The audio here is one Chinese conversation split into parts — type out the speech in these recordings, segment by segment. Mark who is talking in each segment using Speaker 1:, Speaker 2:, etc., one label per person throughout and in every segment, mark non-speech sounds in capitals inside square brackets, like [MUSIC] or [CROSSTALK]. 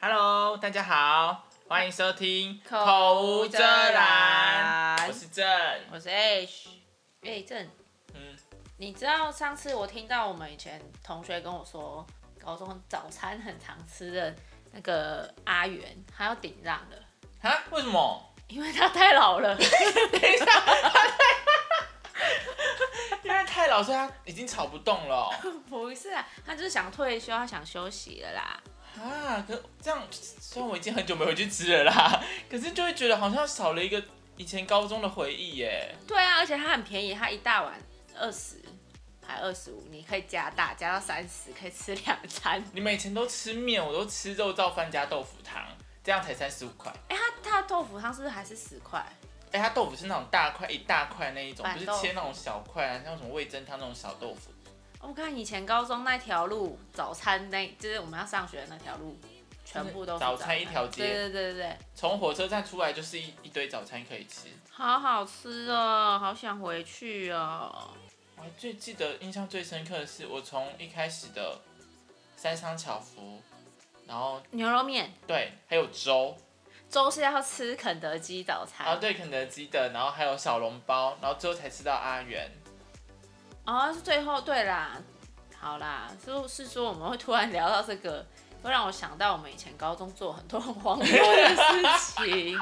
Speaker 1: 大家好，欢迎收听《
Speaker 2: 口
Speaker 1: 口
Speaker 2: 无
Speaker 1: 无
Speaker 2: 遮
Speaker 1: 遮
Speaker 2: 拦
Speaker 1: 拦》，我是郑。
Speaker 2: 我是 H，哎正，
Speaker 1: 嗯，
Speaker 2: 你知道上次我听到我们以前同学跟我说，高中早餐很常吃的那个阿元，他要顶让了，
Speaker 1: 啊？为什么？
Speaker 2: 因为他太老 [LAUGHS] 了。
Speaker 1: 因为太老，所以他已经炒不动了 [LAUGHS] 哦
Speaker 2: 不是啊，他就是想退休，他想休息了啦。
Speaker 1: 啊！可这样，虽然我已经很久没回去吃了啦， [LAUGHS] 可是就会觉得好像少了一个以前高中的回忆耶。
Speaker 2: 对啊，而且它很便宜，它一大碗二十还二十五，你可以加大，加到三十，可以吃两餐。
Speaker 1: 你们以前都吃面，我都吃肉燥饭加豆腐汤，这样才三十五块。
Speaker 2: 哎、它它的豆腐汤是不是还是十块？
Speaker 1: 哎、它豆腐是那种大块一大块那一种，
Speaker 2: 板
Speaker 1: 不是
Speaker 2: 豆腐
Speaker 1: 切那种小块啊，像什么味噌汤那种小豆腐。
Speaker 2: 哦我看以前高中那条路，早餐那就是我们要上学的那条路，全部都是
Speaker 1: 早餐
Speaker 2: 早餐
Speaker 1: 一条街
Speaker 2: 对对对对对，
Speaker 1: 从火车站出来就是一一堆早餐可以吃。
Speaker 2: 好好吃哦，好想回去哦。
Speaker 1: 我还最记得印象最深刻的是，我从一开始的三商巧福，然后
Speaker 2: 牛肉面，
Speaker 1: 对，还有粥，
Speaker 2: 周是要吃肯德基早餐
Speaker 1: 然哦后对肯德基的，然后还有小笼包，然后最后才吃到阿元。
Speaker 2: 哦，是最后对啦，好啦，就是说我们会突然聊到这个，会让我想到我们以前高中做很多很荒谬的事情。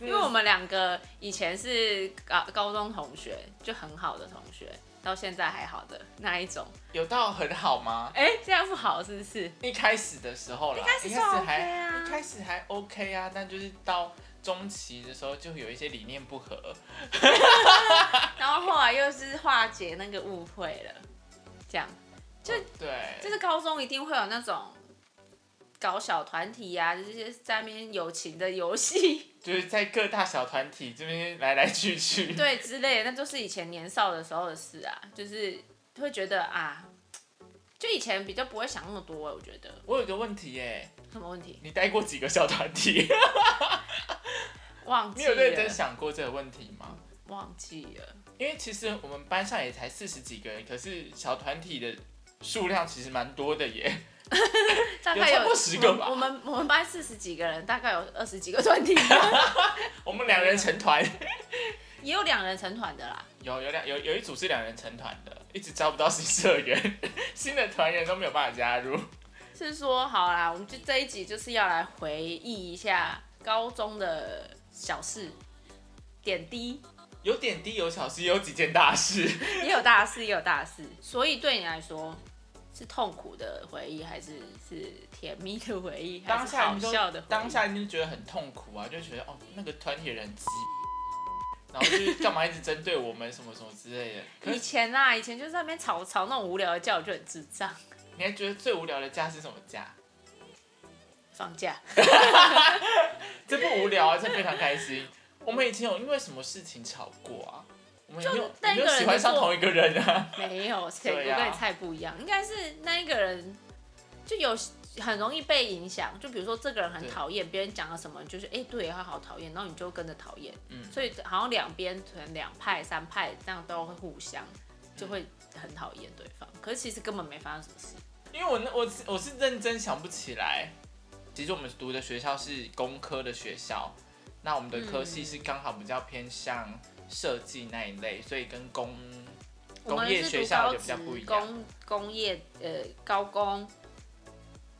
Speaker 2: 因为我们两个以前是高高中同学，就很好的同学，到现在还好的那一种。
Speaker 1: 有到很好吗？
Speaker 2: 哎、现在不好是不是？
Speaker 1: 一开始的时候啦，
Speaker 2: 一开始
Speaker 1: 一
Speaker 2: 是
Speaker 1: 开始
Speaker 2: OK
Speaker 1: 还、
Speaker 2: 啊
Speaker 1: 一开始还 OK 啊，但就是到中期的时候就有一些理念不合。
Speaker 2: 然后后来又是化解那个误会了，这样就
Speaker 1: 哦对，
Speaker 2: 就是高中一定会有那种搞小团体呀、啊，就是在那边友情的游戏。
Speaker 1: 就是在各大小团体这边来来去去。
Speaker 2: 对之类的，那都是以前年少的时候的事啊，就是会觉得啊，就以前比较不会想那么多，欸我觉得
Speaker 1: 我有一个问题耶，
Speaker 2: 什么问题
Speaker 1: 你带过几个小团体？ [LAUGHS]
Speaker 2: 忘
Speaker 1: 你
Speaker 2: 记
Speaker 1: 有认真
Speaker 2: 了，
Speaker 1: 想过这个问题吗？
Speaker 2: 忘记了，
Speaker 1: 因为其实我们班上也才四十几个人，可是小团体的数量其实蛮多的耶。
Speaker 2: 大概
Speaker 1: 有超
Speaker 2: 有
Speaker 1: 过10个吧
Speaker 2: 我们我们我们班四十几个人，大概有二十几个团体，
Speaker 1: 我们两人成团，
Speaker 2: 也有两人成团的啦。
Speaker 1: 有有两有有一组是两人成团的，一直招不到新社员，新的团员都没有办法加入。
Speaker 2: 是说好啦，我们就这一集就是要来回忆一下高中的小事。点滴
Speaker 1: 有点低，有小事，也有几件大事。
Speaker 2: [LAUGHS] 也有大事，也有大事，所以对你来说是痛苦的回忆，还是是甜蜜的回忆，还
Speaker 1: 当
Speaker 2: 是
Speaker 1: 下
Speaker 2: 好
Speaker 1: 你就
Speaker 2: 笑的回忆？
Speaker 1: 当下一定觉得很痛苦啊，就觉得哦那个团体人很鸡，然后就是干嘛一直针对我们什么什么之类的。可
Speaker 2: 以
Speaker 1: 是
Speaker 2: 前啊，以前就在那边吵吵那种无聊的架，我就很智障。
Speaker 1: 你还觉得最无聊的假是什么假？
Speaker 2: 放假，
Speaker 1: 这不无聊啊，这非常开心。我们以前有因为什么事情吵过啊？我们有没有
Speaker 2: 就那一
Speaker 1: 有
Speaker 2: 个
Speaker 1: 没有
Speaker 2: 人
Speaker 1: 喜欢上
Speaker 2: 做
Speaker 1: 同一个人啊？
Speaker 2: 没有，谁
Speaker 1: [LAUGHS] 对
Speaker 2: 我
Speaker 1: 啊
Speaker 2: 跟你菜不一样，应该是那一个人就有很容易被影响。就比如说这个人很
Speaker 1: 对
Speaker 2: 讨厌，别人讲了什么，你就是哎、对他好讨厌，然后你就跟着讨厌。
Speaker 1: 嗯
Speaker 2: 所以好像两边可能两派、三派这样都会互相就会很讨厌对方，可是其实根本没发生什么事。
Speaker 1: 因为我那我是我是认真想不起来。其实我们读的学校是工科的学校，那我们的科系
Speaker 2: 嗯
Speaker 1: 是刚好比较偏向设计那一类，所以跟工
Speaker 2: 我
Speaker 1: 工
Speaker 2: 们
Speaker 1: 业
Speaker 2: 是
Speaker 1: 学
Speaker 2: 读
Speaker 1: 校
Speaker 2: 高
Speaker 1: 就比
Speaker 2: 职
Speaker 1: 较不一样。
Speaker 2: 工工业呃高工，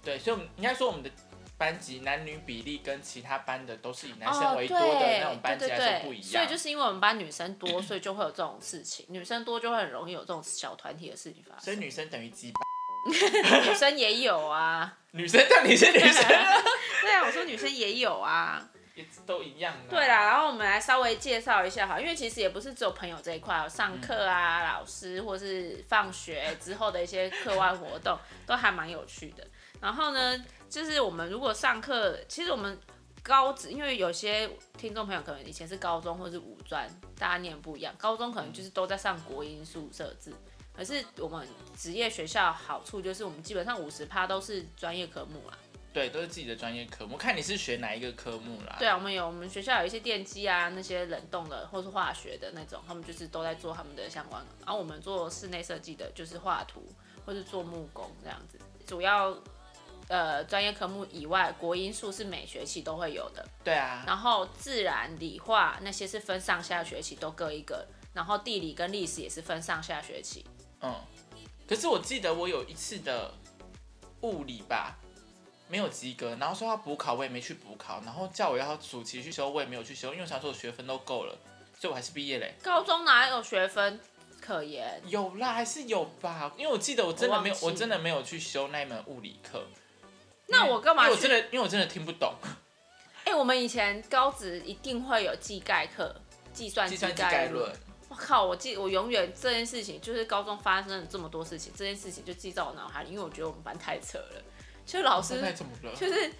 Speaker 1: 对，所以我们应该说我们的班级男女比例跟其他班的都是以男生
Speaker 2: 哦，
Speaker 1: 为
Speaker 2: 对
Speaker 1: 多的那种班级
Speaker 2: 哦对对
Speaker 1: 来
Speaker 2: 对，
Speaker 1: 说不一样。
Speaker 2: 所以就是因为我们班女生多，所以就会有这种事情，女生多就会很容易有这种小团体的事情发
Speaker 1: 所
Speaker 2: 生
Speaker 1: 以。女生等于鸡巴，
Speaker 2: 女生也
Speaker 1: [LAUGHS]
Speaker 2: 有啊，
Speaker 1: 女生到底是女生，
Speaker 2: [LAUGHS] 对啊，我说女生也有啊，
Speaker 1: 也都一样啊。
Speaker 2: 对啦。然后我们来稍微介绍一下哈，因为其实也不是只有朋友这一块哦，上课啊、老师或是放学之后的一些课外活动都还蛮有趣的。然后呢，就是我们如果上课，其实我们高职，因为有些听众朋友可能以前是高中或是五专，大家念不一样，高中可能就是都在上国音宿舍制。可是我们职业学校好处就是，我们基本上五十趴都是专业科目啊啦。
Speaker 1: 对，都是自己的专业科目，看你是学哪一个科目啦。
Speaker 2: 对啊，我们有我们学校有一些电机啊，那些冷冻的或是化学的那种，他们就是都在做他们的相关。然后我们做室内设计的，就是画图或是做木工这样子。主要呃专业科目以外，国英数是每学期都会有的，
Speaker 1: 对啊，
Speaker 2: 然后自然、理化那些是分上下学期都各一个，然后地理跟历史也是分上下学期。
Speaker 1: 嗯。可是我记得我有一次的物理吧，没有及格，然后说要补考，我也没去补考，然后叫我要暑期去修，我也没有去修，因为我想说我学分都够了，所以我还是毕业嘞。
Speaker 2: 高中哪有学分可言？
Speaker 1: 有啦，还是有吧，因为我记得我真的没有，
Speaker 2: 我
Speaker 1: 我
Speaker 2: 忘记
Speaker 1: 真的没有去修那一门物理课。
Speaker 2: 那我干嘛
Speaker 1: 嗯因为我
Speaker 2: 去
Speaker 1: 真？的，因为我真的听不懂。
Speaker 2: 哎、我们以前高职一定会有技概课，计算
Speaker 1: 计
Speaker 2: 机
Speaker 1: 算机概
Speaker 2: 论
Speaker 1: 论。，
Speaker 2: 我靠！我记我永远这件事情，就是高中发生了这么多事情，这件事情就记在我脑海里，因为我觉得我们班太扯了，就老师
Speaker 1: 现在怎么了？
Speaker 2: 就是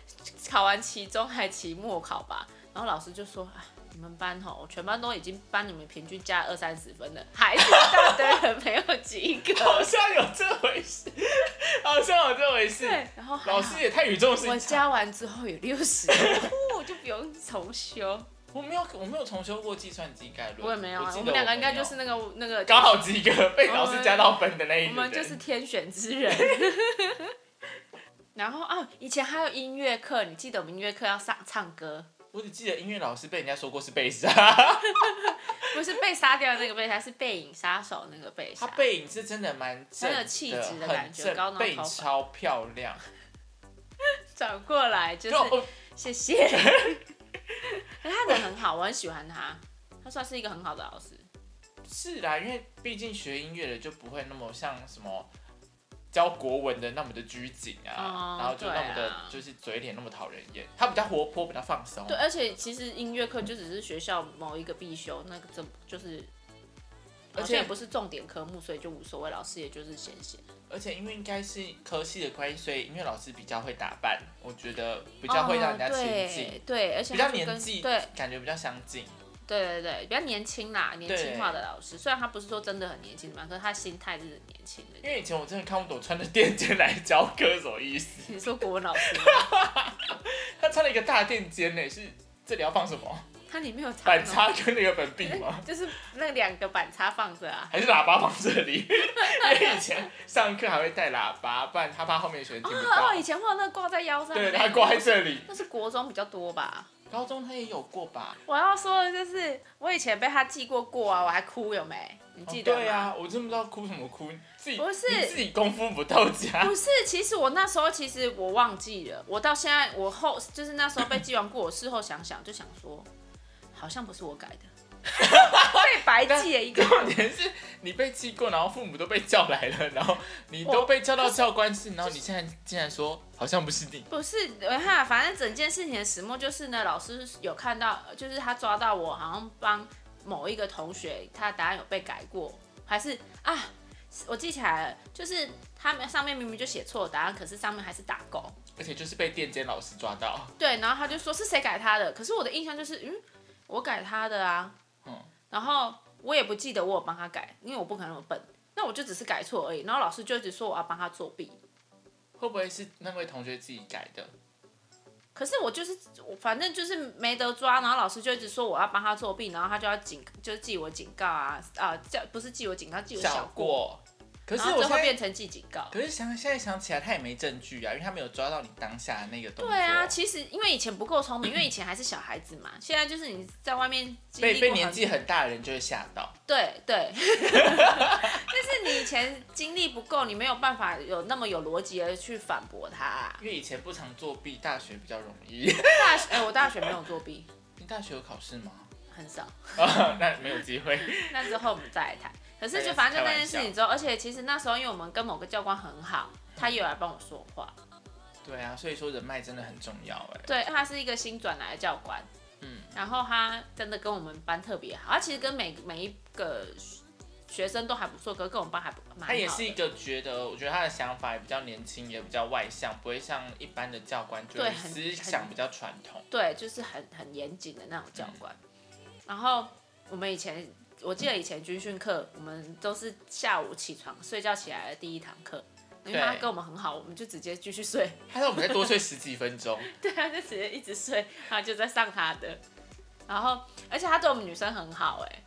Speaker 2: 考完期中还期末考吧，然后老师就说啊。你们班吼，我全班都已经帮你们平均加二三十分了，还是一大堆人 [LAUGHS] 没有及
Speaker 1: [LAUGHS] 好 [LAUGHS]
Speaker 2: 格。
Speaker 1: 像有这回事， [LAUGHS] 好像有这回事。
Speaker 2: 对，然后还好
Speaker 1: 老师也太语重
Speaker 2: 我
Speaker 1: 心长。
Speaker 2: 加完之后有六十， [LAUGHS] 我就不用重修。
Speaker 1: 我没有，我没有重修过计算机概论。
Speaker 2: 我也没有啊，
Speaker 1: 记
Speaker 2: 我
Speaker 1: 得
Speaker 2: 们两个应该
Speaker 1: 没有
Speaker 2: 就是那个那个
Speaker 1: 刚好及格，被老师加到分的那一
Speaker 2: 我
Speaker 1: 个
Speaker 2: 们
Speaker 1: 人。
Speaker 2: 就是天选之人。 [LAUGHS] 然后啊，以前还有音乐课，你记得我们音乐课要上唱歌，
Speaker 1: 我只记得音乐老师被人家说过是啊被
Speaker 2: [LAUGHS]
Speaker 1: 杀，
Speaker 2: 不是被杀掉的那个被杀，是背影杀手那个被
Speaker 1: 他
Speaker 2: 杀。
Speaker 1: 背影是真的蛮正
Speaker 2: 很有气质的
Speaker 1: 的
Speaker 2: 感觉
Speaker 1: 很
Speaker 2: 高
Speaker 1: 正，
Speaker 2: 浓
Speaker 1: 背影
Speaker 2: 头发
Speaker 1: 超漂亮。
Speaker 2: 转过来就
Speaker 1: 就是哦
Speaker 2: 谢谢。可是他人很好，我很喜欢他，他算是一个很好的老师。
Speaker 1: 是啦，因为毕竟学音乐的就不会那么像什么教国文的那么的拘谨啊，
Speaker 2: 哦
Speaker 1: 然后就那么
Speaker 2: 对
Speaker 1: 的
Speaker 2: 啊
Speaker 1: 就是嘴脸那么讨人厌。他比较活泼，比较放松。
Speaker 2: 对，而且其实音乐课就只是学校某一个必修，那个怎就是，
Speaker 1: 而且
Speaker 2: 而且也不是重点科目，所以就无所谓，老师也就是闲闲。
Speaker 1: 而且因为应该是科系的关系，所以音乐老师比较会打扮，我觉得比较会让人家亲近，
Speaker 2: 哦对对，而且
Speaker 1: 比
Speaker 2: 他
Speaker 1: 较
Speaker 2: 就
Speaker 1: 年
Speaker 2: 跟
Speaker 1: 纪
Speaker 2: 对
Speaker 1: 感觉比较相近。
Speaker 2: 对对对，比较年轻啦，年轻化的老师。虽然他不是说真的很年轻嘛，可是他心态是很年轻
Speaker 1: [LAUGHS]
Speaker 2: 的。
Speaker 1: 因为以前我真的看不懂穿着垫肩来教课什么意思，
Speaker 2: 你说国文老师吗，
Speaker 1: 他穿了一个大垫肩呢，是这里要放什么？
Speaker 2: [LAUGHS] 他里面有插
Speaker 1: 板
Speaker 2: 那
Speaker 1: 擦跟那个粉笔
Speaker 2: 种 [LAUGHS]
Speaker 1: 吗？
Speaker 2: 就是那两个板插放着啊。
Speaker 1: 还是喇叭放这里？ [LAUGHS] 因为以前上课还会带喇叭，不然他怕后面学生听不
Speaker 2: 哦
Speaker 1: 到
Speaker 2: 哦，。以前会有那个挂在腰上的
Speaker 1: 对，
Speaker 2: 那个，
Speaker 1: 他挂在这里。
Speaker 2: 那是国中比较多吧。
Speaker 1: 高中他也有过吧？
Speaker 2: 我要说的就是，我以前被他记过过啊，我还哭有没？你记得
Speaker 1: 哦
Speaker 2: 吗？
Speaker 1: 对啊，我真不知道哭什么哭，自己
Speaker 2: 不是
Speaker 1: 你自己功夫不到家
Speaker 2: 不。是，其实我那时候其实我忘记了，我到现在我后就是那时候被记完过，我事后想想就想说，好像不是我改的，
Speaker 1: [LAUGHS]
Speaker 2: 被白记了一 [LAUGHS] 个。
Speaker 1: 重点是你被记过，然后父母都被叫来了，然后你都被叫到教官室，然后你现在竟然说好像不是你，
Speaker 2: 不是，我看，反正整件事情的始末就是呢，老师有看到，就是他抓到我好像帮某一个同学，他的答案有被改过，还是啊，我记起来了，就是他们上面明明就写错答案，可是上面还是打勾，
Speaker 1: 而且就是被电监老师抓到。
Speaker 2: 对，然后他就说是谁改他的，可是我的印象就是，嗯，我改他的啊，
Speaker 1: 嗯
Speaker 2: 然后我也不记得我有帮他改，因为我不可能那么笨，那我就只是改错而已，然后老师就一直说我要帮他作弊，
Speaker 1: 会不会是那位同学自己改的？
Speaker 2: 可是我就是我，反正就是没得抓，然后老师就一直说我要帮他作弊，然后他就要警，就是记我警告啊啊，叫不是记我警告，记我
Speaker 1: 小
Speaker 2: 小过，
Speaker 1: 过。可
Speaker 2: 然
Speaker 1: 是
Speaker 2: 后
Speaker 1: 我
Speaker 2: 最
Speaker 1: 现
Speaker 2: 后
Speaker 1: 在
Speaker 2: 变成记警告。
Speaker 1: 可是想现在想起来，他也没证据啊，因为他没有抓到你当下的那个动作。
Speaker 2: 对啊，其实因为以前不够聪明，因为以前还是小孩子嘛，现在就是你在外面经
Speaker 1: 被
Speaker 2: 历过
Speaker 1: 被
Speaker 2: 很
Speaker 1: 年纪很大的人就会吓到。
Speaker 2: 对
Speaker 1: [LAUGHS]
Speaker 2: 对，但是你以前经历不够，你没有办法有那么有逻辑的去反驳他、
Speaker 1: 因为以前不常作弊，大学比较容易。
Speaker 2: 大学哎、我大学没有作弊，
Speaker 1: [LAUGHS] 你大学有考试吗？
Speaker 2: 很少。
Speaker 1: 啊， [LAUGHS] 那没有机会。
Speaker 2: 那之后我们再来谈。可是
Speaker 1: 对
Speaker 2: 就反正
Speaker 1: 开
Speaker 2: 就
Speaker 1: 玩
Speaker 2: 那件事情之后，而且其实那时候因为我们跟某个教官很好，他也有来帮我说话。
Speaker 1: 对啊，所以说人脉真的很重要哎。
Speaker 2: 对，他是一个新转来的教官，
Speaker 1: 嗯，
Speaker 2: 然后他真的跟我们班特别好，他其实跟每每一个学学生都还不错，可是跟我们班还不蛮好的。
Speaker 1: 他也是一个觉得，我觉得他的想法也比较年轻，也比较外向，不会像一般的教官，就
Speaker 2: 对
Speaker 1: 是
Speaker 2: 很
Speaker 1: 思想比较传统。
Speaker 2: 对，就是很很严谨的那种
Speaker 1: 嗯
Speaker 2: 教官。然后我们以前，我记得以前军训课，我们都是下午起床睡觉起来的第一堂课，因为他
Speaker 1: 对
Speaker 2: 跟我们很好，我们就直接继续睡。
Speaker 1: 他让我们再多睡十几分 [LAUGHS] 钟，
Speaker 2: 对啊，就直接一直睡，然后就在上他的。然后，而且他对我们女生欸很好哎、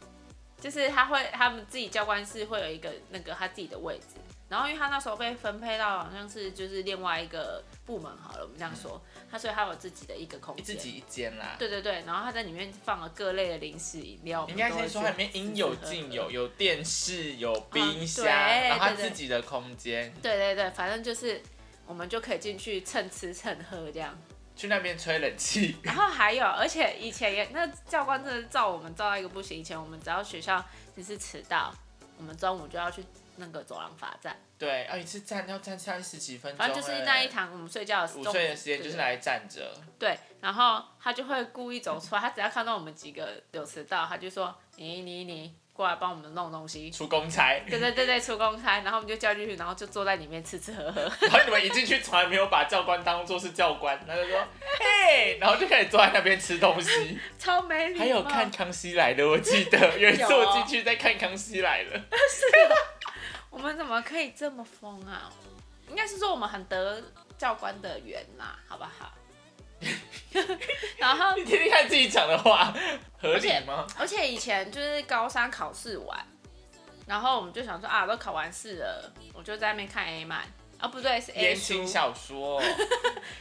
Speaker 2: 就是他会，他们自己教官室会有一个那个他自己的位置，然后因为他那时候被分配到好像是就是另外一个部门好了，我们这样说，他所以他有自己的一个空间，
Speaker 1: 自己一间啦。
Speaker 2: 对对对，然后他在里面放了各类的零食饮料，
Speaker 1: 应该
Speaker 2: 我们
Speaker 1: 先
Speaker 2: 都
Speaker 1: 说
Speaker 2: 会
Speaker 1: 它
Speaker 2: 去
Speaker 1: 里面应
Speaker 2: 吃
Speaker 1: 有
Speaker 2: 吃喝喝
Speaker 1: 尽有，有电视，有冰箱，
Speaker 2: 对
Speaker 1: 然后它
Speaker 2: 对对
Speaker 1: 自己的空间，
Speaker 2: 对对对，反正就是我们就可以进去蹭吃蹭喝这样。
Speaker 1: 去那边吹冷气。 [LAUGHS]
Speaker 2: 然后还有，而且以前也那教官真的是照我们照到一个不行。以前我们只要学校你是迟到，我们中午就要去那个走廊罚站，
Speaker 1: 对，啊，一次站要站三十几分钟，哎
Speaker 2: 反正就是那一。堂我们睡觉的
Speaker 1: 午
Speaker 2: 中午
Speaker 1: 睡的时间就是来站着，
Speaker 2: 对，然后他就会故意走出来，他只要看到我们几个有迟到，他就说你你你过来帮我们弄
Speaker 1: [LAUGHS]
Speaker 2: 东西。
Speaker 1: 出公差。
Speaker 2: 对对对对，出公差，然后我们就叫进去，然后就坐在里面吃吃喝 [LAUGHS] 喝。
Speaker 1: 然后你们一进去，从来没有把教官当做是教官，他就 [LAUGHS] 说：“嘿！”然后就开始坐在那边吃东西。
Speaker 2: 超
Speaker 1: [LAUGHS]
Speaker 2: 没礼貌。
Speaker 1: 还有看《康熙来了》，我记得有一次我进去在看《康熙来了》，
Speaker 2: 我们怎么可以这么疯啊？应该是说我们很得教官的缘啦，好不好？ [LAUGHS] 然后，
Speaker 1: 你听听看自己讲的话，合
Speaker 2: 而
Speaker 1: 理
Speaker 2: 且
Speaker 1: 吗？
Speaker 2: 而且以前就是高三考试完，然后我们就想说啊，都考完试了，我就在那边看 A 漫啊，不对，是 A
Speaker 1: 言
Speaker 2: 书
Speaker 1: 情小
Speaker 2: [LAUGHS]
Speaker 1: 说，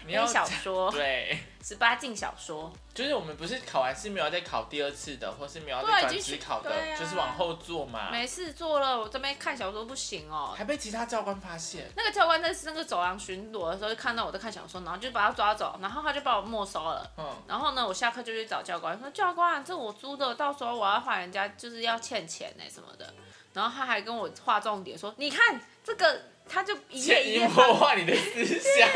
Speaker 1: 你
Speaker 2: A
Speaker 1: 要
Speaker 2: 小说，
Speaker 1: 对，
Speaker 2: 十八禁小说，
Speaker 1: 就是我们不是考完试没有再考第二次的，或是没有
Speaker 2: 对
Speaker 1: 再
Speaker 2: 啊已
Speaker 1: 转
Speaker 2: 经
Speaker 1: 职
Speaker 2: 去
Speaker 1: 考的，
Speaker 2: 对啊
Speaker 1: 就是往后做嘛。
Speaker 2: 没事做了，我这边看小说不行哦。
Speaker 1: 还被其他教官发现，
Speaker 2: 那个教官在那个走廊巡逻的时候，就看到我在看小说，然后就把他抓走，然后他就把我没收了。
Speaker 1: 嗯，
Speaker 2: 然后呢，我下课就去找教官，说教官、这我租的，到时候我要还人家，就是要欠钱呢、什么的。然后他还跟我划重点说，你看这个，他就一页
Speaker 1: 潜
Speaker 2: 一
Speaker 1: 移
Speaker 2: 页
Speaker 1: 默
Speaker 2: 翻。
Speaker 1: 化你的思
Speaker 2: [LAUGHS]
Speaker 1: 想，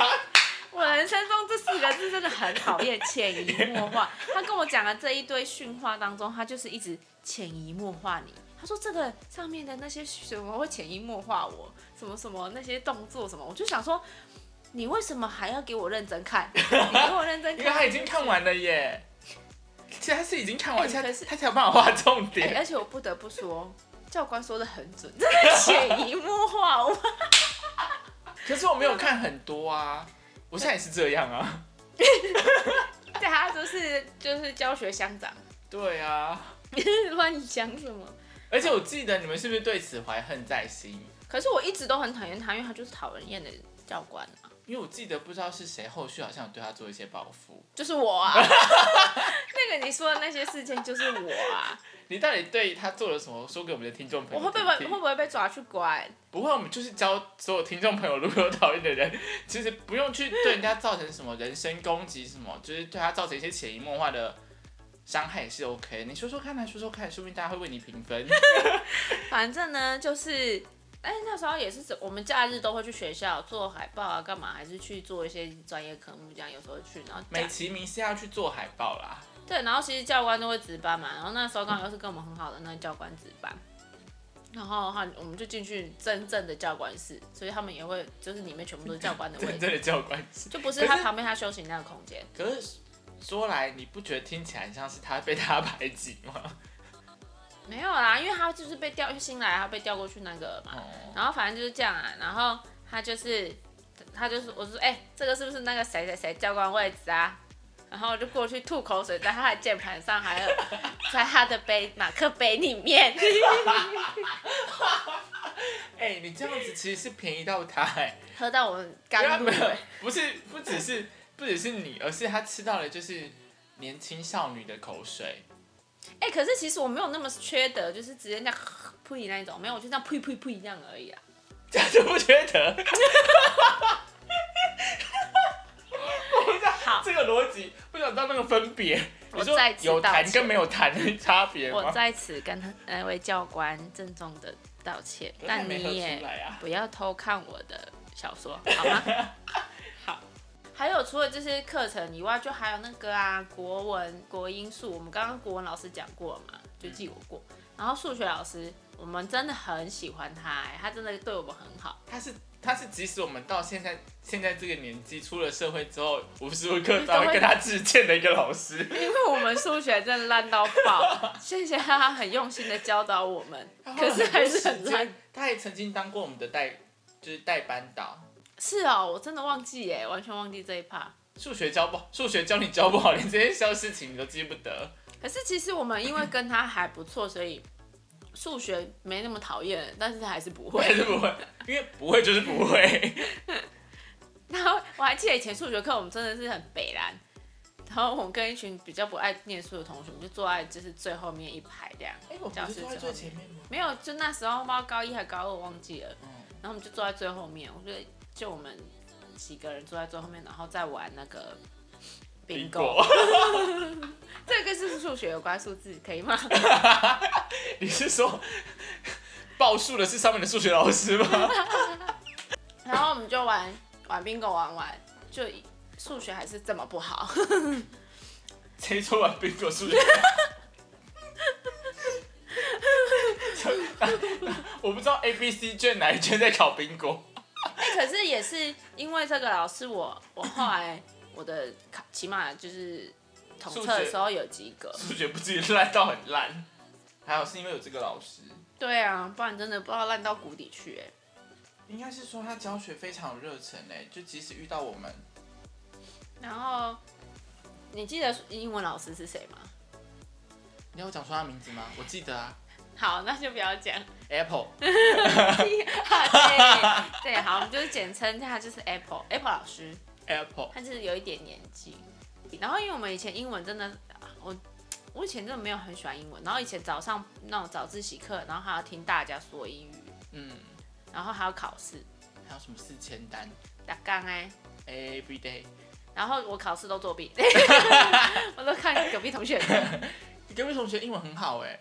Speaker 2: 我人生中这四个字真的很讨厌，潜移默化。他跟我讲的这一堆训话当中，他就是一直潜移默化你。他说这个上面的那些什么会潜移默化我，什么什么那些动作什么，我就想说，你为什么还要给我认真看？你给我认真
Speaker 1: 因
Speaker 2: 看，
Speaker 1: 为他已经看完了耶。其实他是已经看完，
Speaker 2: 哎
Speaker 1: 他
Speaker 2: 可是
Speaker 1: 他才有办法画重
Speaker 2: 欸
Speaker 1: 点。
Speaker 2: 而且我不得不说，教官说的很准，真的潜移默化我。
Speaker 1: 可是我没有看很多啊，我现在也是这样啊。
Speaker 2: 对他就是就是教学相长，
Speaker 1: 对啊，
Speaker 2: 乱讲什么？
Speaker 1: 而且我记得你们是不是对此怀恨在心？
Speaker 2: 可是我一直都很讨厌他，因为他就是讨人厌的教官啊，
Speaker 1: 因为我记得不知道是谁，后续好像有对他做一些报复。
Speaker 2: 就是我啊。 [LAUGHS] 那个你说的那些事情就是我啊，
Speaker 1: 你到底对他做了什么？说给我们的听众朋
Speaker 2: 我
Speaker 1: 友
Speaker 2: 会
Speaker 1: 听
Speaker 2: 被
Speaker 1: 听。
Speaker 2: 会不会被抓去关？
Speaker 1: 不会，我们就是教所有听众朋友，如果有讨厌的人，其实不用去对人家造成什么人身攻击，什么就是对他造成一些潜移默化的伤害也是 OK。你说说看啊，说说看，说不定大家会为你评分。
Speaker 2: 反正呢，就是，哎、那时候也是我们假日都会去学校做海报啊，干嘛，还是去做一些专业科目，这样有时候去，然后假
Speaker 1: 美其名是要去做海报啦，
Speaker 2: 对，然后其实教官都会值班嘛，然后那时候刚好又是跟我们很好的那个教官值班，然后他我们就进去真正的教官室，所以他们也会就是里面全部都是教官的位
Speaker 1: 真
Speaker 2: 置，
Speaker 1: 正的教官制。
Speaker 2: 就不是他
Speaker 1: 可是
Speaker 2: 旁边他休息那个空间。
Speaker 1: 可是说来，你不觉得听起来像是他被他排挤吗？
Speaker 2: 没有啦，因为他就是被调新来，他被调过去那个嘛，
Speaker 1: 哦，
Speaker 2: 然后反正就是这样啊，然后他就是他就是我就说哎、这个是不是那个谁谁谁教官位置啊？然后我就过去吐口水在他的键盘
Speaker 1: [LAUGHS]
Speaker 2: 上，还有在他的杯马克杯里面。 [LAUGHS]
Speaker 1: 哎、你这样子其实是便宜到他
Speaker 2: [LAUGHS]
Speaker 1: 哎、
Speaker 2: 喝到我们
Speaker 1: 因为他
Speaker 2: 干
Speaker 1: 没有
Speaker 2: 了。，
Speaker 1: [LAUGHS] 不是不只是不只是你，而是他吃到了就是年轻少女的口水。 [LAUGHS]
Speaker 2: 哎、可是其实我没有那么缺德，就是直接这样呸那一种，没有，我就这样呸呸呸这样而已啊。
Speaker 1: 这样就不缺德。 [LAUGHS] 我不知道
Speaker 2: 好
Speaker 1: 这个逻辑不想知道那个分别。
Speaker 2: 我
Speaker 1: 你说
Speaker 2: 再次
Speaker 1: 有
Speaker 2: 道
Speaker 1: 谈
Speaker 2: 歉
Speaker 1: 跟没有谈的 [LAUGHS] 差别
Speaker 2: 我
Speaker 1: 吗？
Speaker 2: 在此跟他那位教官郑重的道歉，
Speaker 1: 可是还
Speaker 2: 但
Speaker 1: 没喝
Speaker 2: 你
Speaker 1: 出
Speaker 2: 也
Speaker 1: 来啊。
Speaker 2: 不要偷看我的小说，
Speaker 1: [LAUGHS]
Speaker 2: 好吗？好。还有除了这些课程以外，就还有那个啊，国文、国英数，我们刚刚国文老师讲过了嘛，就记我过。然后数学老师，我们真的很喜欢他、哎他真的对我们很好。
Speaker 1: 他是他是，即使我们到现在现在这个年纪，出了社会之后，无时无刻都
Speaker 2: 都
Speaker 1: 会
Speaker 2: 会
Speaker 1: 跟他致歉的一个老师。
Speaker 2: 因为 [LAUGHS] 我们数学真的烂到爆，谢谢他很用心的教导我们，可是还是很
Speaker 1: 他花了多时
Speaker 2: 烂
Speaker 1: 间。。他也曾经当过我们的代，就是代班导。
Speaker 2: 是哦，我真的忘记耶，完全忘记这一趴。
Speaker 1: 数学教不好，数学教你教不好，连这些小事情你都记不得。
Speaker 2: 可是其实我们因为跟他还不错，所以数学没那么讨厌，但是还是不
Speaker 1: 还是
Speaker 2: 会。
Speaker 1: 不会，因为不会就是不会。
Speaker 2: 然后我还记得以前数学课我们真的是很北蓝，然后我们跟一群比较不爱念书的同学，我们就坐在就是最后面一排这样。
Speaker 1: 哎，我
Speaker 2: 教
Speaker 1: 不
Speaker 2: 室
Speaker 1: 是坐在
Speaker 2: 最
Speaker 1: 最
Speaker 2: 后
Speaker 1: 前面吗？
Speaker 2: 没有，就那时候不知道高一还高二我忘记了，
Speaker 1: 嗯
Speaker 2: 然后我们就坐在最后面，我觉得就我们几个人坐在最后面，然后再玩那个 bingo，这个是数学有关数字，可以 [LAUGHS] 吗？
Speaker 1: [LAUGHS] 你是说报数的是上面的数学老师吗？
Speaker 2: 然后我们就玩玩 bingo 玩完，就数学还是这么不好， [LAUGHS]
Speaker 1: 谁说玩 bingo 数学？ [LAUGHS] 我不知道 A B C 卷哪一卷在考 bingo。
Speaker 2: 哎可是也是因为这个老师我，我后来我的考起码就是统测的时候有及格。
Speaker 1: 数学不至于烂到很烂，还好是因为有这个老师，
Speaker 2: 对啊，不然真的不知道烂到谷底去哎、
Speaker 1: 应该是说他教学非常有热忱哎，就即使遇到我们，
Speaker 2: 然后你记得英文老师是谁吗？
Speaker 1: 你要我讲出他名字吗？我记得啊
Speaker 2: 好，那就不要讲。
Speaker 1: ，Apple，
Speaker 2: 啊 [LAUGHS] 对对，好，我们就是简称他就是 Apple Apple 老师，
Speaker 1: Apple，
Speaker 2: 他就是有一点年纪。然后因为我们以前英文真的，啊我我以前真的没有很喜欢英文。然后以前早上那种早自习课，然后还要听大家说英语，
Speaker 1: 嗯，
Speaker 2: 然后还要考试，
Speaker 1: 还有什么四千单
Speaker 2: 打杠哎。
Speaker 1: ，Every day，
Speaker 2: 然后我考试都作弊， [LAUGHS] 我都看隔壁同学的。 [LAUGHS]
Speaker 1: 你隔壁同学英文很好哎，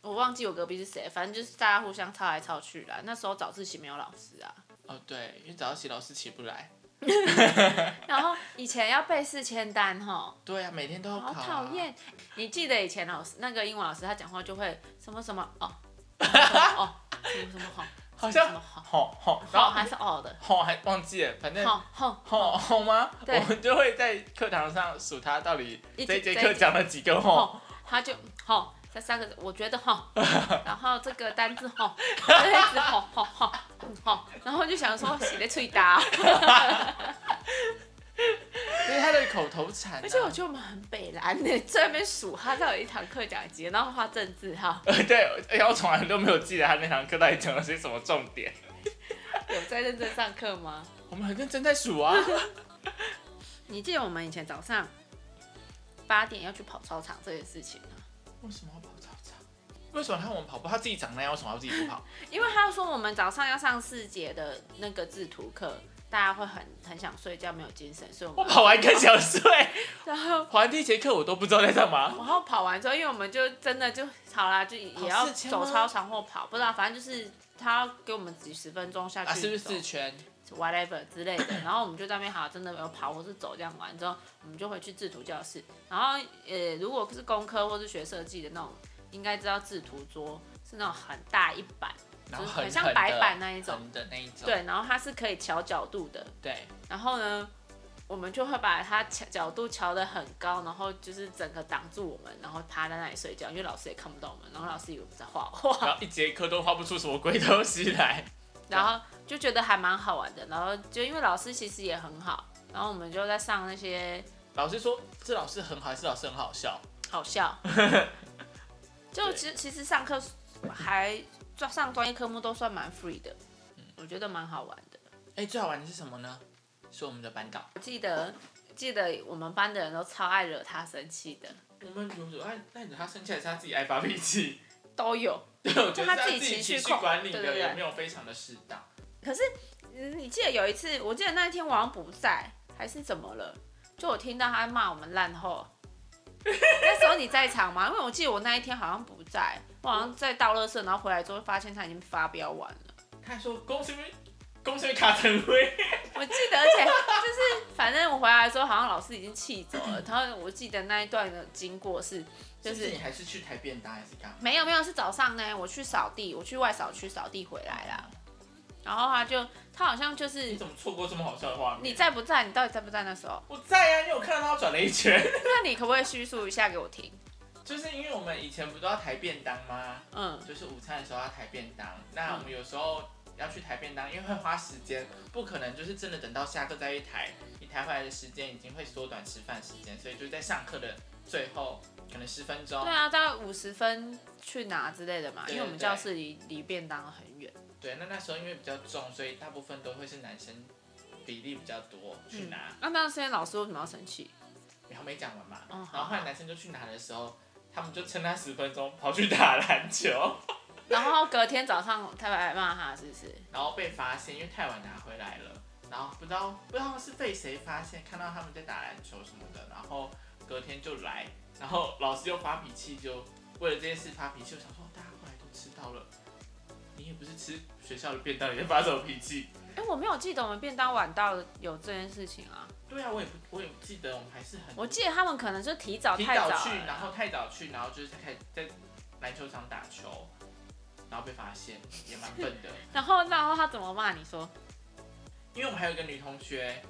Speaker 2: 我忘记我隔壁是谁，反正就是大家互相抄来抄去啦。那时候早自习没有老师啊，
Speaker 1: 哦对，因为早上起老师起不来，
Speaker 2: 然后以前要背四千单吼，
Speaker 1: 对啊，每天都要考、
Speaker 2: 好讨，厌！你记得以前老师那个英文老师，他讲话就会什么什么 [LAUGHS] 哦，哦，什么什么好，
Speaker 1: 好
Speaker 2: 什
Speaker 1: 像
Speaker 2: 么好，
Speaker 1: 吼吼，然
Speaker 2: 好
Speaker 1: 后
Speaker 2: 还
Speaker 1: 还
Speaker 2: 是哦的，
Speaker 1: 吼还忘记了，反正。
Speaker 2: 好好
Speaker 1: 吼吼吗？
Speaker 2: 对
Speaker 1: 我们就会在课堂上数他到底
Speaker 2: 一
Speaker 1: 这一
Speaker 2: 直
Speaker 1: 节
Speaker 2: 在
Speaker 1: 课讲了几个哦吼。
Speaker 2: 好，他就好这三个字，我觉得 [LAUGHS] 好，然后这个单字好，就一直好好好好，然后就想说洗的脆搭，
Speaker 1: 因为他的口头禅、啊， [LAUGHS]
Speaker 2: 而且我觉得我们很北蓝的，在那边数他到底一堂课讲几个，然后画正字号，
Speaker 1: 呃对，而且我从来都没有记得他那堂课到底讲了些什么重点。
Speaker 2: 有在认真上课吗？
Speaker 1: 我们很认真在数 [LAUGHS] 啊，
Speaker 2: 你记得我们以前早上八点要去跑操场这件事情吗？
Speaker 1: 为什么要跑操场？为什么他我们跑步，他自己长那样，为什么要自己不跑？
Speaker 2: 因为他说我们早上要上四节的那个制图课，大家会很很想睡觉，没有精神，所以我
Speaker 1: 我
Speaker 2: 们
Speaker 1: 跑完更想 [LAUGHS] 睡，
Speaker 2: 然后
Speaker 1: 跑完第一节课我都不知道在干嘛。
Speaker 2: 然后跑完之后，因为我们就真的就好啦，就也要
Speaker 1: 跑4000
Speaker 2: 走
Speaker 1: 吗
Speaker 2: 操场或跑，不知道，反正就是他要给我们几十分钟下去、
Speaker 1: 啊，是不是四圈？
Speaker 2: whatever 之类的，然后我们就在那边好，真的有跑或是走这样玩之后，我们就回去制图教室。然后呃，如果是工科或是学设计的那种，应该知道制图桌是那种很大一板，
Speaker 1: 然后
Speaker 2: 就
Speaker 1: 哦
Speaker 2: 是
Speaker 1: 很
Speaker 2: 很像白板那一种
Speaker 1: 横的那一种。
Speaker 2: 对，然后它是可以调角度的，
Speaker 1: 对，
Speaker 2: 然后呢，我们就会把它调角度调得很高，然后就是整个挡住我们，然后趴在那里睡觉，因为老师也看不到我们，然后老师以为我们在画画，
Speaker 1: 然后一节课都画不出什么鬼东西来。
Speaker 2: 然后就觉得还蛮好玩的。然后就因为老师其实也很好，然后我们就在上那些
Speaker 1: [LAUGHS] 老师说这老师很好，还是老师很好笑？
Speaker 2: 好笑，就其实其实上课还专上专业科目都算蛮 free 的，我觉得蛮好玩的。
Speaker 1: 哎，最好玩的是什么呢？是我们的班导。
Speaker 2: 我记得记得我们班的人都超爱惹他生气的，
Speaker 1: 我们有主爱，那他生气还是他自己爱发脾 [LAUGHS] 气？
Speaker 2: 都有。
Speaker 1: 对，我觉得
Speaker 2: 他
Speaker 1: 是他
Speaker 2: 自己
Speaker 1: 自己
Speaker 2: 情
Speaker 1: 情
Speaker 2: 绪
Speaker 1: 绪
Speaker 2: 控
Speaker 1: 管理
Speaker 2: 对
Speaker 1: 的
Speaker 2: 对对
Speaker 1: 有没有非常的适当？
Speaker 2: 嗯你记得有一次，我记得那一天我好像不在，还是怎么了？就我听到他骂我们烂货。 [LAUGHS] 那时候你在场吗？因为我记得我那一天好像不在，我好像在倒垃圾，然后回来之后发现他已经发飙完了。
Speaker 1: 他说公司边公司边卡成灰，
Speaker 2: 我记得，而且 [LAUGHS] 就是反正我回来之后，好像老师已经气走了。然后我记得那一段的经过是，就是
Speaker 1: 不你还是去台便当还是干嘛？
Speaker 2: 没有没有，是早上呢，我去扫地，我去外扫区扫地回来啦。然后他就他好像就是
Speaker 1: 你怎么错过这么好笑的画面？
Speaker 2: 你在不在？你到底在不在那时候？
Speaker 1: 我在啊，因为我看到他转了一圈， [LAUGHS]
Speaker 2: 那你可不可以叙述一下给我听？
Speaker 1: 就是因为我们以前不都要抬便当吗？
Speaker 2: [LAUGHS] 嗯，
Speaker 1: 就是午餐的时候要抬便当，那我们有时候要去抬便当，因为会花时间，不可能就是真的等到下课再去抬，你开会的时间已经会缩短吃饭时间，所以就在上课的最后可能十分钟
Speaker 2: 对，啊，到五十分去拿之类的嘛，因为我们
Speaker 1: 对对
Speaker 2: 教室离离便当很远。
Speaker 1: 对，那那时候因为比较重，所以大部分都会是男生比例比较多去拿，
Speaker 2: 啊那段时间老师为什么要生气？
Speaker 1: 然后没讲完嘛，
Speaker 2: 嗯好
Speaker 1: 然后后来男生就去拿的时候，他们就趁他十分钟跑去打篮
Speaker 2: [LAUGHS]
Speaker 1: 球，
Speaker 2: [LAUGHS] 然后隔天早上他来骂他，是不是？
Speaker 1: 然后被发现，因为太晚拿回来了，然后不知道不知道是被谁发现，看到他们在打篮球什么的，然后隔天就来，然后老师又发脾气，就为了这件事发脾气，我想说大家后来都吃到了。你也不是吃学校的便当，你在发什么脾气？
Speaker 2: 哎、我没有记得我们便当晚到有这件事情啊，
Speaker 1: 对啊，我也不，我也不记得，我们还是很
Speaker 2: 我记得他们可能就提早
Speaker 1: 提
Speaker 2: 太早
Speaker 1: 早
Speaker 2: 了
Speaker 1: 去，然后太早去，然后就是开始在篮球场打球，然后被发现，也蛮笨的。
Speaker 2: 然后然后他怎么骂你说？
Speaker 1: 因为我们还有一个女同学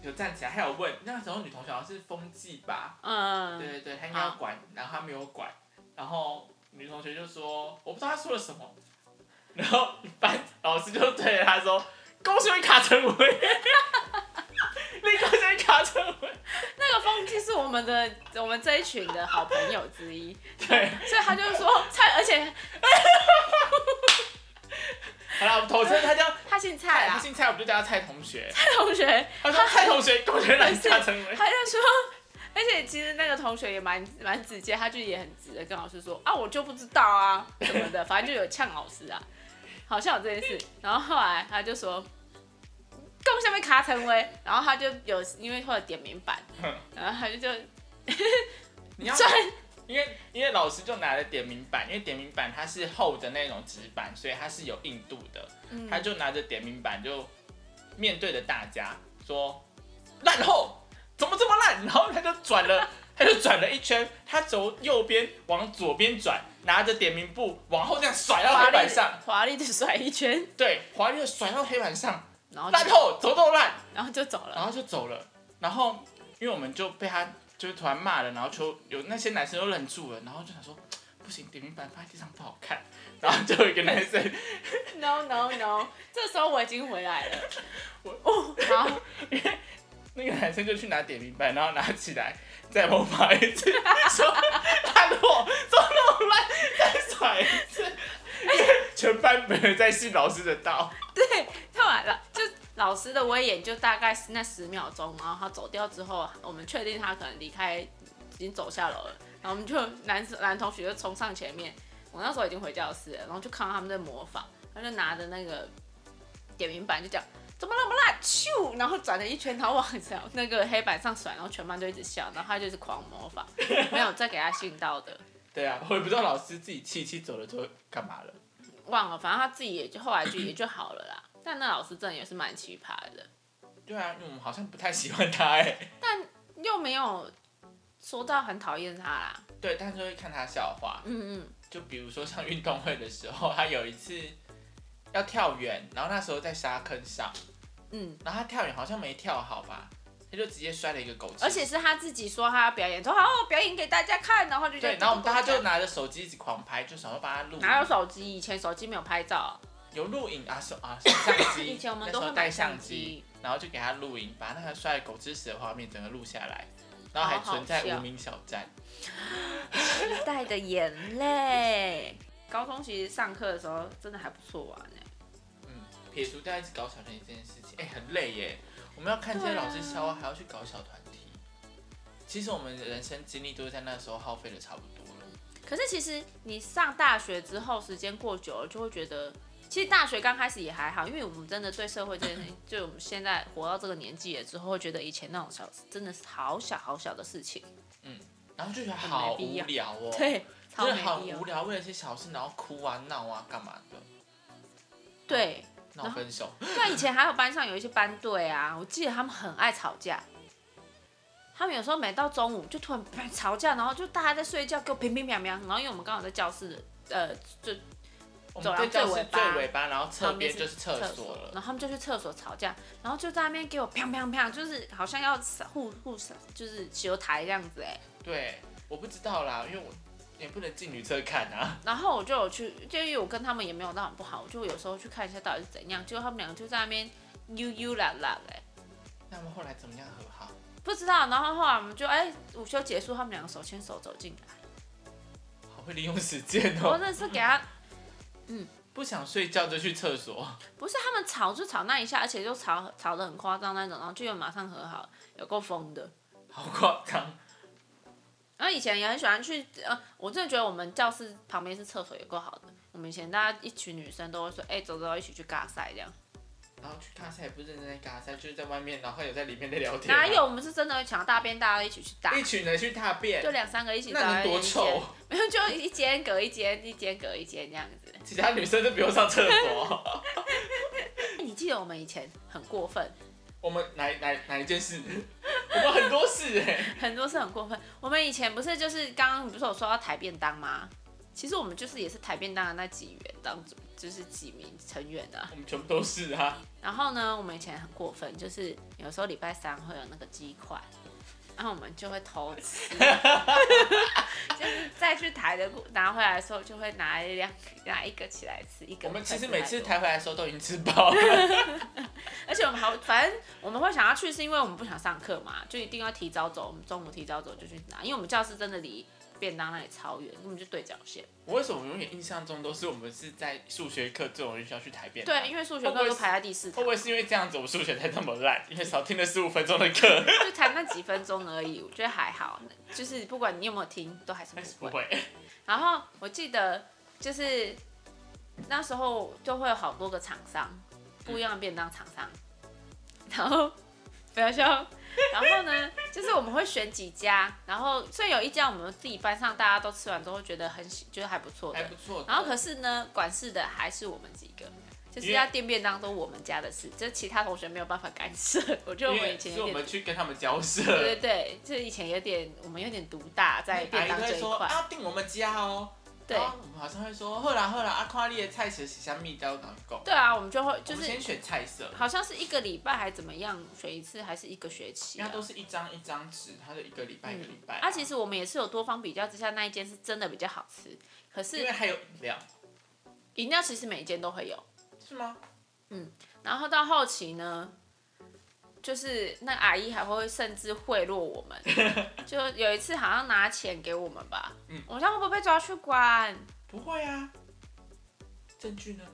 Speaker 1: 有站起来，还有问，那时候女同学好像是风纪吧，
Speaker 2: 嗯，
Speaker 1: 对对对，她应该要管，然后她没有管，然后女同学就说，我不知道她说了什么，然后班老师就对着她说，恭喜你卡成为， [LAUGHS] 你恭喜你卡成为，
Speaker 2: 那个风纪是我们的我们这一群的好朋友之一，
Speaker 1: [LAUGHS] 对，
Speaker 2: 所以他就说蔡，而且
Speaker 1: 好了，我们统称她叫
Speaker 2: 他姓蔡
Speaker 1: 蔡，
Speaker 2: 啊
Speaker 1: 她，姓蔡，我们就叫她蔡同学。
Speaker 2: 蔡同学，
Speaker 1: 他说蔡同学，同学来下成
Speaker 2: [LAUGHS]
Speaker 1: 为。
Speaker 2: 他就说。而且其实那个同学也蛮蛮直接，他就也很直的跟老师说啊，我就不知道啊什么的，反正就有呛老师啊，好像有这件事。然后后来他就说，跟我下面卡成威，然后他就有因为会有点名板，然后他就就
Speaker 1: 你
Speaker 2: [LAUGHS]
Speaker 1: 要
Speaker 2: 这
Speaker 1: 因为因为老师就拿了点名板，因为点名板它是厚的那种纸板，所以它是有硬度的。
Speaker 2: 嗯
Speaker 1: 他就拿着点名板就面对着大家说：“烂厚，怎么这么烂？”然后他就转了， [LAUGHS] 他就转了一圈，他从右边往左边转，拿着点名簿往后这样甩到
Speaker 2: 华
Speaker 1: 黑
Speaker 2: 丽
Speaker 1: 板
Speaker 2: 的
Speaker 1: 上，
Speaker 2: 嗯华丽的哦甩一圈，
Speaker 1: 对，华丽的甩到黑板上，
Speaker 2: 然后就
Speaker 1: 烂厚，怎么这么烂？
Speaker 2: 然后就走了
Speaker 1: 然。后就走了。然后因为我们就被他就是突然骂了，然后就有那些男生都愣住了，然后就想说不行，点名板放在地上不好看。然后就有一个男生，
Speaker 2: No no no！这时候我已经回来了。我 [LAUGHS] 哦，好，
Speaker 1: 那个男生就去拿点名板，然后拿起来再猛骂一次， [LAUGHS] 说烂货，怎么那么烂，再甩一次。因为全班没人在信老师的道，
Speaker 2: [LAUGHS] 对，看完了，就老师的威严就大概是那十秒钟，然后他走掉之后，我们确定他可能离开，已经走下楼了，然后我们就男男同学就冲上前面，我那时候已经回教室了，然后就看到他们在模仿，他就拿着那个点名板就讲。怎么那么烂？咻！然后转了一圈，然后往上那个黑板上甩，然后全班就一直笑，然后他就是狂模仿，没有再给他训到的。
Speaker 1: 对啊，我也不知道老师自己气一气走了之后干嘛了。
Speaker 2: 忘了，反正他自己也就后来就也就好了啦。但那老师真的也是蛮奇葩的，
Speaker 1: 对啊，因为我们好像不太喜欢他哎、
Speaker 2: 又没有说到很讨厌他啦。
Speaker 1: 对，但是会看他笑话。
Speaker 2: 嗯嗯，
Speaker 1: 就比如说像运动会的时候，他有一次要跳远，然后那时候在沙坑上，
Speaker 2: 嗯，
Speaker 1: 然后他跳远好像没跳好吧，他就直接摔了一个狗
Speaker 2: 而
Speaker 1: 而
Speaker 2: 且是他自己说他要表演，说好我表演给大家看，然后就
Speaker 1: 对，然后我们大家就拿着手机一直狂拍，就想要帮他录
Speaker 2: 哪有
Speaker 1: 影，
Speaker 2: 手机？以前手机没有拍照，
Speaker 1: 有录影啊手
Speaker 2: [LAUGHS]
Speaker 1: 啊相机，
Speaker 2: 以前我们
Speaker 1: 那时
Speaker 2: 都会
Speaker 1: 候带
Speaker 2: 买
Speaker 1: 相机，
Speaker 2: 机。
Speaker 1: 然后就给他录影，把那个摔狗吃屎的画面整个录下来，然后还
Speaker 2: 好好
Speaker 1: 存在
Speaker 2: 笑
Speaker 1: 无名小站。
Speaker 2: [LAUGHS] 时代的眼泪。高中其实上课的时候真的还不错玩呢、
Speaker 1: 嗯，撇除掉一直搞小团体这件事情，哎、很累耶。我们要看这些老师笑话，
Speaker 2: 啊
Speaker 1: 还要去搞小团体。其实我们人生精力都在那时候耗费的差不多了。
Speaker 2: 可是其实你上大学之后，时间过久了，就会觉得，其实大学刚开始也还好，因为我们真的对社会这件事情，就我们现在活到这个年纪了之后，会觉得以前那种小真的是好小好小的事情，
Speaker 1: 然后就觉得好无聊哦、
Speaker 2: 对，超
Speaker 1: 真的
Speaker 2: 没哦
Speaker 1: 好
Speaker 2: 必要
Speaker 1: 无，聊，为了一些小事然后哭啊闹啊干嘛的，
Speaker 2: 对。
Speaker 1: 闹分手。
Speaker 2: 对，以前还有班上有一些班队啊，我记得他们很爱吵架。他们有时候每到中午就突然啪吵架，然后就大家在睡觉，给我乒乒乓乓。然后因为我们刚好在教室的，呃，就
Speaker 1: 我
Speaker 2: 走
Speaker 1: 们对
Speaker 2: 廊
Speaker 1: 教室
Speaker 2: 最尾巴
Speaker 1: 最尾巴，然后侧
Speaker 2: 旁边
Speaker 1: 边就是厕所了。
Speaker 2: 然后他们就去厕所吵架，然后就在那边给我砰砰砰，就是好像要互互就是球台这样子哎，
Speaker 1: 对，我不知道啦，因为我也不能进女厕看啊。
Speaker 2: 然后我就有去，就因为我跟他们也没有到很不好，我就有时候去看一下到底是怎样，结果他们两个就在那边悠悠啦啦哎，
Speaker 1: 那我们后来怎么样和好？
Speaker 2: 不知道。然后后来我们就哎、午休结束，他们两个手牵手走进
Speaker 1: [LAUGHS]
Speaker 2: 来，
Speaker 1: 好会利用时间
Speaker 2: 我
Speaker 1: 哦，
Speaker 2: 真的是给他
Speaker 1: 不想睡觉就去厕所，
Speaker 2: 不是他们吵就吵那一下，而且就吵吵得很夸张那种，然后就有马上和好，有够疯的。
Speaker 1: 好夸张。
Speaker 2: 然后以前也很喜欢去，呃，我真的觉得我们教室旁边是厕所，有够好的。我们以前大家一群女生都会说，哎、走走，一起去尬赛这样。
Speaker 1: 然后去尬赛也不是认真在尬赛，就是在外面，然后有在里面在聊天、啊
Speaker 2: 哪有？？我们是真的会抢大便，大家都一起去打
Speaker 1: 一，群人去大便
Speaker 2: 就，两三个一起
Speaker 1: 那
Speaker 2: 走在
Speaker 1: 能多
Speaker 2: 一间 [LAUGHS]
Speaker 1: 臭？
Speaker 2: 没有，就一间隔一间，一间隔一间这样子。
Speaker 1: 其他女生都不用上厕所。 [LAUGHS]
Speaker 2: 你记得我们以前很过分，
Speaker 1: 我们哪哪哪一件事？我们很多事哎、
Speaker 2: 很多事很过分。我们以前不是就是刚刚不是有说到台便当吗？其实我们就是也是台便当的那几员当中，就是几名成员的啊、
Speaker 1: 我们全部都是啊。
Speaker 2: 然后呢，我们以前很过分，就是有时候礼拜三会有那个鸡块，然后我们就会偷吃，就是再去台的过拿回来的时候，就会拿两拿一个起来吃，一个。
Speaker 1: 我们其实每次，抬回来的时候都已经吃饱
Speaker 2: [LAUGHS]
Speaker 1: 了，
Speaker 2: 而且我们还反正我们会想要去，是因为我们不想上课嘛，就一定要提早走。我们中午提早走就去拿，因为我们教室真的离便当那里超远，根本就对角线。
Speaker 1: 我为什么永远印象中都是我们是在数学课最容易需要去抬便当？
Speaker 2: 对，因为数学课都排在第四堂
Speaker 1: 会不，会是因为这样哦子我数学才这么烂？因为少听了十五分钟的课，
Speaker 2: 就才那几分钟而已，我觉得还好。就是不管你有没有听，都还是不
Speaker 1: 不
Speaker 2: 会。
Speaker 1: 会。
Speaker 2: 然后我记得就是那时候就会有好多个厂商，
Speaker 1: 嗯
Speaker 2: 不一样的便当厂商，然后不要笑。然后呢，就是我们会选几家，然后所以有一家我们自己班上大家都吃完之后觉得很喜，觉得还不错
Speaker 1: [LAUGHS] 还
Speaker 2: 的
Speaker 1: 不。错。
Speaker 2: 然后可是呢，管事的还是我们几个，就是要店便当都我们家的事，就是其他同学没有办法干涉。 [LAUGHS] 我觉得我
Speaker 1: 因
Speaker 2: 们以
Speaker 1: 为
Speaker 2: 前
Speaker 1: 是
Speaker 2: 有
Speaker 1: 我
Speaker 2: 点
Speaker 1: 们，去跟他们交涉，
Speaker 2: 对对对，就是以前有点我们有点独大在
Speaker 1: 阿
Speaker 2: 便
Speaker 1: 姨
Speaker 2: 当
Speaker 1: 都
Speaker 2: 这
Speaker 1: 会
Speaker 2: 一
Speaker 1: 说
Speaker 2: 块，
Speaker 1: 啊订我们家哦。
Speaker 2: 对
Speaker 1: 然后我们好像会说好啦好啦，啊看你的菜色是啥物，才有人讲。
Speaker 2: 对啊，我们就会
Speaker 1: 我
Speaker 2: 就
Speaker 1: 们
Speaker 2: 是
Speaker 1: 先选菜色，
Speaker 2: 好像是一个礼拜还怎么样学一次，还是一个学期、
Speaker 1: 因为
Speaker 2: 啊
Speaker 1: 它？都是一张一张纸，它就一个礼拜一个礼拜。
Speaker 2: 啊，其实我们也是有多方比较之下，那一间是真的比较好吃。可
Speaker 1: 因
Speaker 2: 是
Speaker 1: 为还有饮料，
Speaker 2: 饮料其实每一间都会有，
Speaker 1: 是吗？
Speaker 2: 然后到后期呢，就是那阿姨还会甚至贿赂我们，
Speaker 1: [LAUGHS]
Speaker 2: 就有一次好像拿钱给我们吧，
Speaker 1: 嗯
Speaker 2: 我们这样会不会被抓去关？
Speaker 1: 不会啊。证据
Speaker 2: [LAUGHS]
Speaker 1: 呢？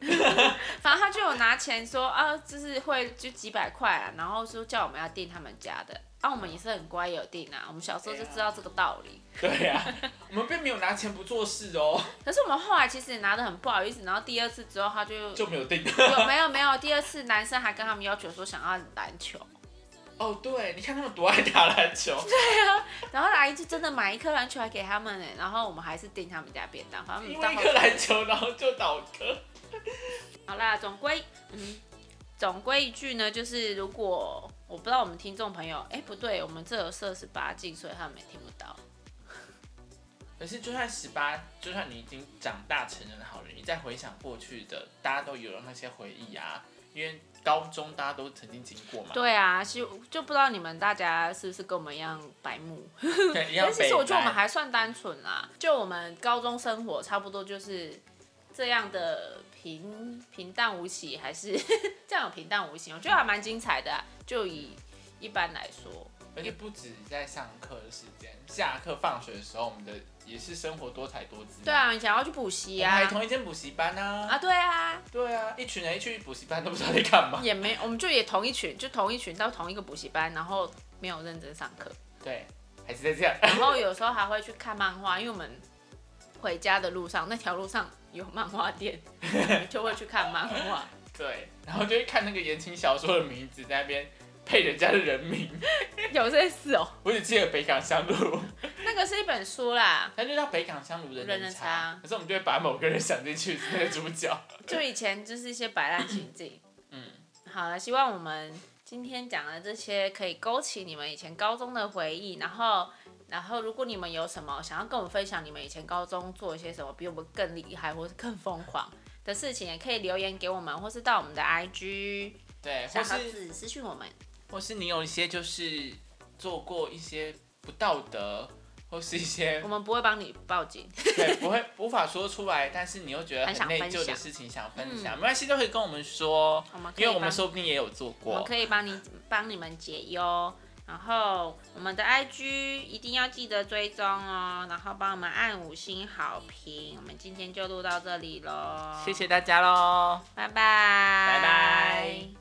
Speaker 2: 反正他就有拿钱说啊，就是会就几百块啊，然后说叫我们要订他们家的，啊，我们也是很乖，有订啊，我们小时候就知道这个道理。
Speaker 1: 对呀、啊，我们并没有拿钱不做事哦，
Speaker 2: 可是我们后来其实也拿的很不好意思，然后第二次之后他就
Speaker 1: 就没有定。
Speaker 2: 有没有没有，第二次男生还跟他们要求说想要篮球，
Speaker 1: [LAUGHS] 哦，对，你看他们多爱打篮球，
Speaker 2: 然后阿姨就真的买一颗篮球还给他们呢，欸然后我们还是订他们家便当，反正我
Speaker 1: 因
Speaker 2: 们到
Speaker 1: 为一
Speaker 2: 后
Speaker 1: 颗篮球然后就倒戈。
Speaker 2: 好啦，总归嗯，总归一句呢，就是如果我不知道我们听众朋友，哎、不对，我们这有设十八禁，所以他们也听不到。
Speaker 1: 可是就算十八，就算你已经长大成人好了，你再回想过去的，大家都有那些回忆啊，因为高中大家都曾经经过嘛，
Speaker 2: 对啊，其实就不知道你们大家是不是跟我们一样白目。
Speaker 1: 对，一样
Speaker 2: 但其实我觉得我们
Speaker 1: 北兰
Speaker 2: 还算单纯啦，就我们高中生活差不多就是这样的平平淡无奇，还是 [LAUGHS] 这样有平淡无奇，我觉得还蛮精彩的啊、就以一般来说，
Speaker 1: 而且不止在上课的时间，下课放学的时候，我们的也是生活多彩多姿。
Speaker 2: 对，啊，你想要去补习
Speaker 1: 嗯我们还
Speaker 2: 啊，
Speaker 1: 同一间补习班啊。
Speaker 2: 啊，对啊，
Speaker 1: 对啊，一群人一去补习班都不知道在干嘛。
Speaker 2: 也没，我们就也同一群，就同一群到同一个补习班，然后没有认真上
Speaker 1: [LAUGHS]
Speaker 2: 课，
Speaker 1: 对，还是在
Speaker 2: [LAUGHS]
Speaker 1: 这样。
Speaker 2: 然后有时候还会去看漫画，因为我们回家的路上那条路上有漫画
Speaker 1: [LAUGHS]
Speaker 2: 店，我们就会去看漫画。
Speaker 1: 对，然后就会看那个言情小说的名字在那边配人家的人名，
Speaker 2: 有这事哦、
Speaker 1: 我只记得北港香炉，
Speaker 2: 那个是一本书啦，
Speaker 1: 它就叫北港香炉人
Speaker 2: 人
Speaker 1: 人
Speaker 2: 人
Speaker 1: 茶
Speaker 2: 茶。
Speaker 1: 可是我们就会把某个人想进去是那个主
Speaker 2: [LAUGHS]
Speaker 1: 角。
Speaker 2: 就以前就是一些摆烂情境。
Speaker 1: 嗯，
Speaker 2: 好了，希望我们今天讲的这些可以勾起你们以前高中的回忆，然后。然后，如果你们有什么想要跟我们分享，你们以前高中做一些什么比我们更厉害或是更疯狂的事情，也可以留言给我们，或是到我们的 IG
Speaker 1: 对，或
Speaker 2: 小盒
Speaker 1: 是
Speaker 2: 子私讯我们。
Speaker 1: 或是你有一些就是做过一些不道德或是一
Speaker 2: [LAUGHS]
Speaker 1: 些
Speaker 2: 我们不会帮你报警，
Speaker 1: 对不会无法说出来，但是你又觉得
Speaker 2: 很想
Speaker 1: 很内
Speaker 2: 分
Speaker 1: 疚的
Speaker 2: 享
Speaker 1: 事情想分享，没关系都可以跟我们说
Speaker 2: 我嗯们，可以
Speaker 1: 因为我们
Speaker 2: 帮
Speaker 1: 说不定也有做
Speaker 2: 我们
Speaker 1: 过。
Speaker 2: 可以帮你帮你们解忧。然后我们的 IG 一定要记得追踪哦，然后帮我们按五星好评。我们今天就录到这里喽，
Speaker 1: 谢谢大家喽。
Speaker 2: 拜拜，
Speaker 1: 拜拜